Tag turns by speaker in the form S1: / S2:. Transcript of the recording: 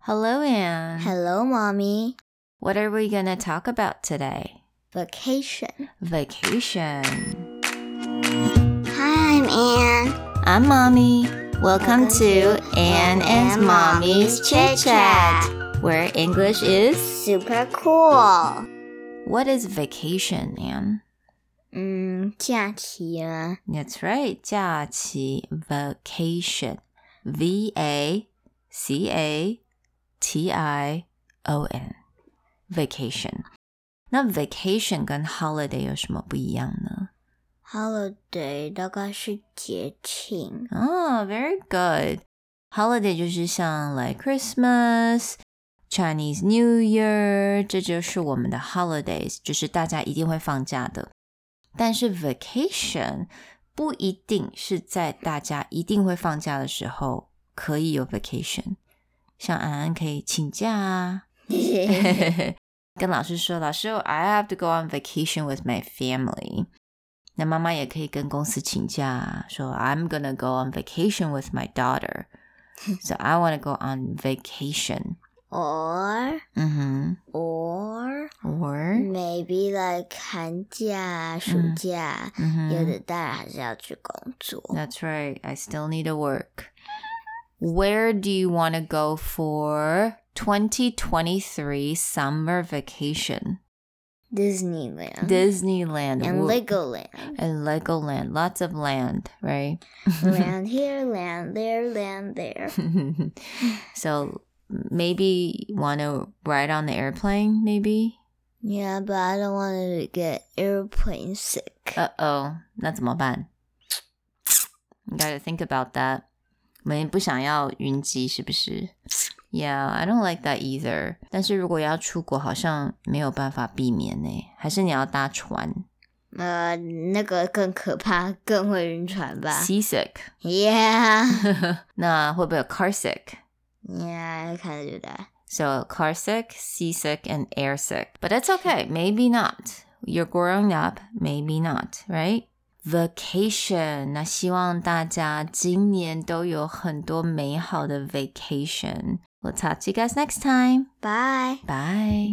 S1: Hello, Anne.
S2: Hello, Mommy.
S1: What are we gonna talk about today?
S2: Vacation.
S1: Vacation.
S2: Hi, I'm Anne.
S1: I'm Mommy. Welcome,
S2: Welcome
S1: to
S2: to
S1: Anne and
S2: Anne and
S1: Mommy's
S2: Mommy's
S1: Chit
S2: Chit
S1: Chat, where English is.
S2: Super cool.
S1: What is vacation, Anne?
S2: 嗯，假期啊，
S1: That's right, 假期 vacation, V A C A T I O N, vacation. 那 vacation 跟 holiday 有什么不一样呢？
S2: holiday 大概是节 庆。
S1: 哦、v e r y good. Holiday 就是像 like Christmas、Chinese New Year，这就是我们的 holidays，就是大家一定会放假的。但是 vacation 不一定是在大家一定会放假的时候可以有 vacation，像安安可以请假啊， 跟老师说，老师，I have to go on vacation with my family。那妈妈也可以跟公司请假，说 I'm gonna go on vacation with my daughter。So I want to go on vacation。
S2: or
S1: 嗯哼
S2: or
S1: ，or
S2: maybe like 寒假、暑
S1: 嗯
S2: 假，
S1: 嗯
S2: 有
S1: 哼
S2: 的当然还是要去工作。
S1: Mm-hmm. ，That's right. I still need to work. Where do you want to go for 2023 summer vacation?
S2: Disneyland
S1: Disneyland
S2: Mm-hmm. and
S1: Wo-
S2: Legoland.
S1: and Legoland. Lots of land, right?
S2: land here, land there, land there.
S1: so maybe want to ride on the airplane maybe
S2: Yeah, but I don't want to get airplane sick.
S1: 呃 uh-oh 那怎么办 you gotta think about that 我们不想要晕机是不是 yeah i don't like that either 但是如果要出国好像没有办法避免呢还是你要搭船
S2: 呃，那个更可怕，更会晕船吧
S1: seasick
S2: ？Yeah,
S1: 那会不会有 car sick
S2: yeah, I kind of do that.
S1: So car sick, seasick, and air sick. But it's okay. Maybe not. You're growing up. Maybe not, right? Vacation. 那希望大家今年都有很多美好的 vacation. We'll talk to you guys next time.
S2: Bye.
S1: Bye.